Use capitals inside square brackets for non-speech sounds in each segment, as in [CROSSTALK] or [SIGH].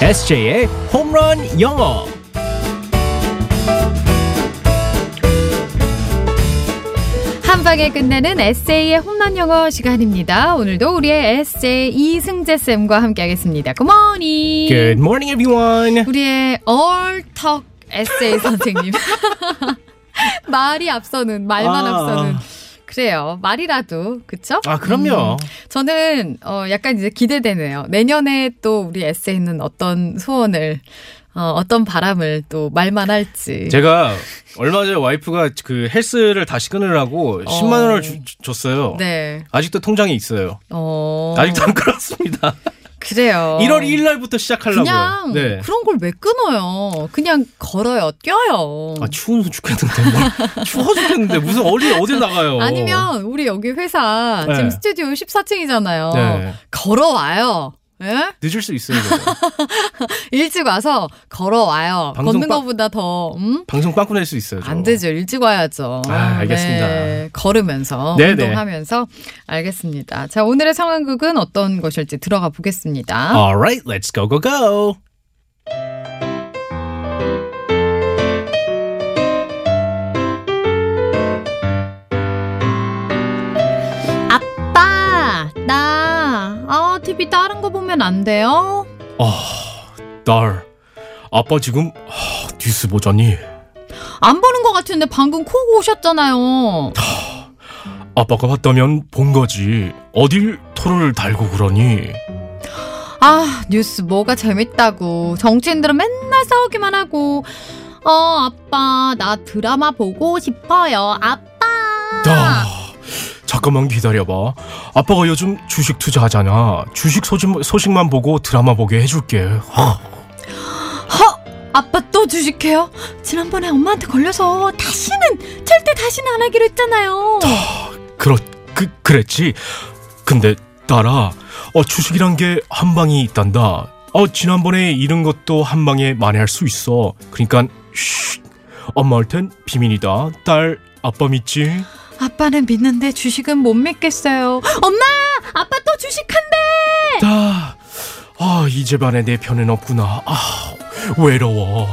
SJ의 홈런 영어. 한 방에 끝내는 에세이의 홈런 영어 시간입니다. 오늘도 우리의 에세이 이승재 쌤과 함께하겠습니다. Good morning. Good morning, everyone. 우리의 얼턱 에세이 선생님. [LAUGHS] 말이 앞서는 말만 아. 앞서는. 그래요. 말이라도 그쵸? 음. 아 그럼요. 저는 어 약간 이제 기대되네요. 내년에 또 우리 에세이는 어떤 소원을 어, 어떤 바람을 또 말만 할지. 제가 얼마 전에 와이프가 그 헬스를 다시 끊으라고 10만 원을 주- 주- 줬어요. 어. 네. 아직도 통장에 있어요. 어. 아직도 안 끊었습니다. 그래요. 1월 1일 날부터 시작하려고요. 그냥 네. 그런 걸 왜 끊어요? 그냥 걸어요, 뛰어요. 아, 추운 죽겠는데 [LAUGHS] 뭘. 추워 죽겠는데 무슨 어디 어디 나가요? 니면 우리 여기 회사 네. 지금 스튜디오 14층이잖아요. 네. 걸어와요. 예? 늦을 수 있어요. 이거. 일찍 와서 걸어와요. 방송 걷는 빠- 것보다 더 음? 방송 빵꾸 낼수 있어요. 저. 안 되죠. 일찍 와야죠. 네. 아, 알겠습니다. 걸으면서 네, 네. 운동하면서 알겠습니다. 자, 오늘의 상황극은 어떤 것일지 들어가 보겠습니다. All right, let's go go go. 아빠, 나 아, TV 다른 거 보면 안 돼요? 딸, 아빠 지금 하, 뉴스 보자니 안 보는 것 같은데 방금 코 고셨잖아요. 아빠가 봤다면 본 거지. 어딜 토를 달고 그러니? 아 뉴스 뭐가 재밌다고 정치인들은 맨날 싸우기만 하고 어 아빠 나 드라마 보고 싶어요 아빠. 아, 잠깐만 기다려봐. 아빠가 요즘 주식 투자하잖아. 주식 소식, 소식만 보고 드라마 보게 해줄게. 하. 허 아빠 또 주식해요? 지난번에 엄마한테 걸려서 다시는 절대 다시는 안 하기로 했잖아요. 그렇, 그, 그랬지. 근데 딸아, 어, 주식이란 게 한 방이 있단다. 어, 지난번에 잃은 것도 한 방에 만회할 수 있어. 그러니까 쉿. 엄마할 땐 비밀이다. 딸, 아빠 믿지? 아빠는 믿는데 주식은 못 믿겠어요. 엄마 아빠 또 주식한대. 딸, 아, 이 집안에 내 편은 없구나. 아, 외로워.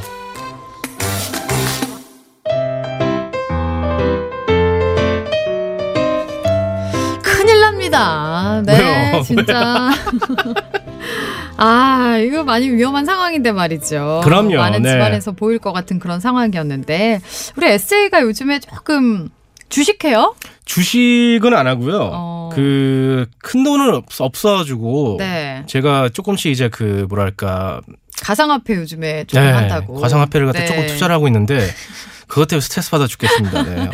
큰일 납니다. 네, 왜요? [LAUGHS] 진짜. [LAUGHS] 아, 이거 많이 위험한 상황인데 말이죠. 그럼요, 많은 네. 집안에서 보일 것 같은 그런 상황이었는데 우리 에세이가 요즘에 조금 주식해요? 주식은 안 하고요. 어. 그 큰 돈은 없, 없어가지고 네. 제가 조금씩 이제 그 뭐랄까 가상화폐 요즘에 조금 네, 한다고. 과상화폐를 갖다 네. 조금 투자를 하고 있는데 그것 때문에 스트레스 받아 죽겠습니다. [LAUGHS] 네.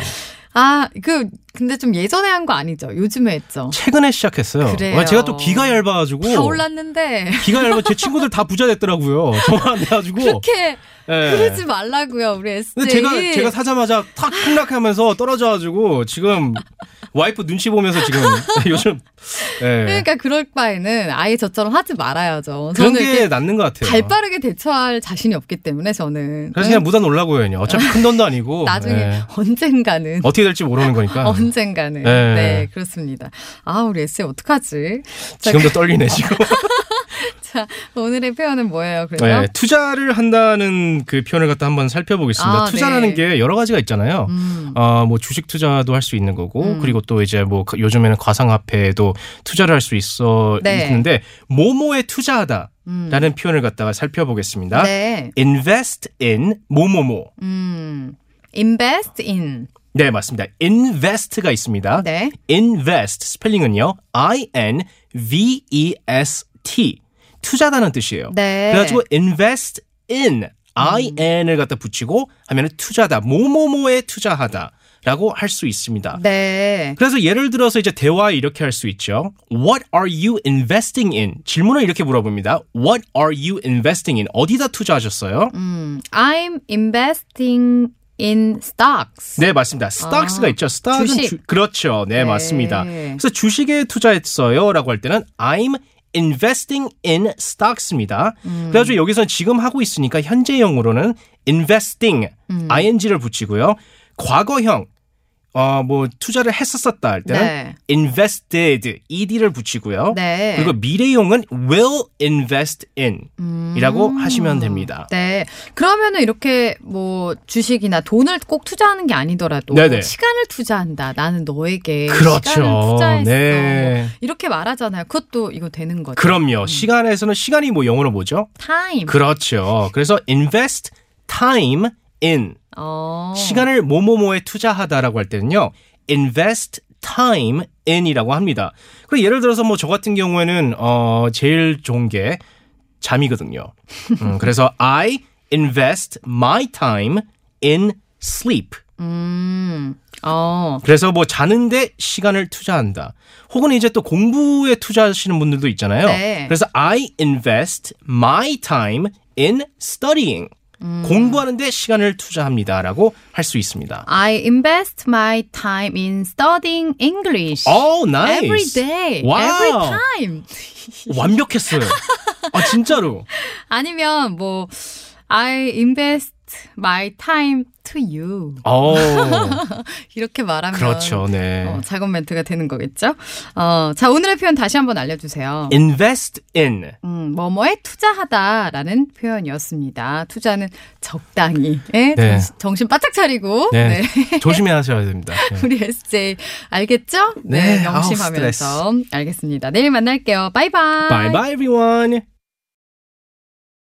아, 그 근데 좀 예전에 한 거 아니죠? 요즘에 했죠. 최근에 시작했어요. 그래요. 와, 제가 또 귀가 얇아가지고 다 올랐는데 귀가 얇아 제 친구들 다 부자 됐더라고요. 저만 안 돼가지고. 그렇게 예. 그러지 말라고요, 우리 에세이. 근데 제가 네. 제가 사자마자 탁 폭락하면서 떨어져가지고 지금 와이프 눈치 보면서 지금 [LAUGHS] 요즘 예. 그러니까 그럴 바에는 아예 저처럼 하지 말아야죠. 그런 저는 이렇게 게 낫는 것 같아요. 그렇죠. 발빠르게 대처할 자신이 없기 때문에 저는 그래서 응? 그냥 묻어 놀라고요. 그냥. 어차피 큰 돈도 아니고. 네. [LAUGHS] 나중에 예. 언젠가는 어떻게 될지 [LAUGHS] 모르는 거니까. 언젠가는 네. 아. 네. 그렇습니다. 아 우리 에세 어떡하지? 자, 지금도 떨리네 지금. 자 오늘의 표현은 뭐예요? 아, 그래서 네, 투자를 한다는 그 표현을 갖다 한번 살펴보겠습니다. 아, 네. 투자라는 게 여러 가지가 있잖아요. 음, 아, 뭐 주식 투자도 할 수 있는 거고, 음. 그리고 또 이제 뭐 그- 요즘에는 과상화폐에도 투자를 할 수 있어 네. 있는데 모모에 투자하다라는 음. 표현을 갖다가 살펴보겠습니다. 네. invest in 모모모. 음. invest in 네, 맞습니다. invest가 있습니다. 네. invest 스펠링은요. I N V E S T 투자다는 뜻이에요. 네. 음. 그래가지고 invest in I N을 갖다 붙이고 하면은 투자다 뭐뭐뭐에 투자하다라고 할 수 있습니다. 네. 그래서 예를 들어서 이제 대화 이렇게 할 수 있죠. What are you investing in? 질문을 이렇게 물어봅니다. What are you investing in? 어디다 투자하셨어요? 음. I'm investing in stocks. 네, 맞습니다. 스탁스가 아, 있죠. 스탁은 주식. 주- 그렇죠. 네, 네. 맞습니다. 그래서 주식에 투자했어요라고 할 때는 I'm investing in stocks입니다. 음. 그래가지고 여기서는 지금 하고 있으니까 음. 현재형으로는 investing ing를 붙이고요. 과거형 어, 뭐 투자를 했었었다 할 때는 네. invested ed를 붙이고요. 네. 그리고 미래용은 will invest in 이라고 하시면 됩니다. 네. 그러면은 이렇게 뭐 주식이나 돈을 꼭 투자하는 게 아니더라도 네네. 시간을 투자한다. 나는 너에게 시간을 그렇죠. 투자했어. 뭐 네. 이렇게 말하잖아요. 그것도 이거 되는 거죠. 그럼요. 시간에서는 시간이 뭐 영어로 뭐죠? 타임. 그렇죠. 그래서 invest time in 어. 시간을 뭐뭐뭐에 투자하다라고 할 때는요. invest time in이라고 합니다. 그리고 예를 들어서 뭐 저 같은 경우에는 어 제일 좋은 게 잠이거든요. 음, 그래서 I invest my time in sleep. 음. 어. 그래서 뭐 자는데 시간을 투자한다. 혹은 이제 또 공부에 투자하시는 분들도 있잖아요. 네. 그래서 I invest my time in studying. 음. 공부하는데 시간을 투자합니다라고 할 수 있습니다. I invest my time in studying English. Oh, nice. Every day, 와우. every time. 완벽했어요. 아 진짜로. 아니면 뭐 I invest my time to you 어 [LAUGHS] 이렇게 말하면 그렇죠. 네. 어, 작업 멘트가 되는 거겠죠. 어, 자 오늘의 표현 다시 한번 알려주세요. invest in. 음, 뭐뭐에 투자하다라는 표현이었습니다. 투자는 적당히 예, 네. 정신, 정신 바짝 차리고 네. 네. [LAUGHS] 조심히 하셔야 됩니다. 네. 우리 SJ 알겠죠? 네, 아우, 명심하면서 알겠습니다. 내일 만날게요. 바이바이. Bye bye everyone.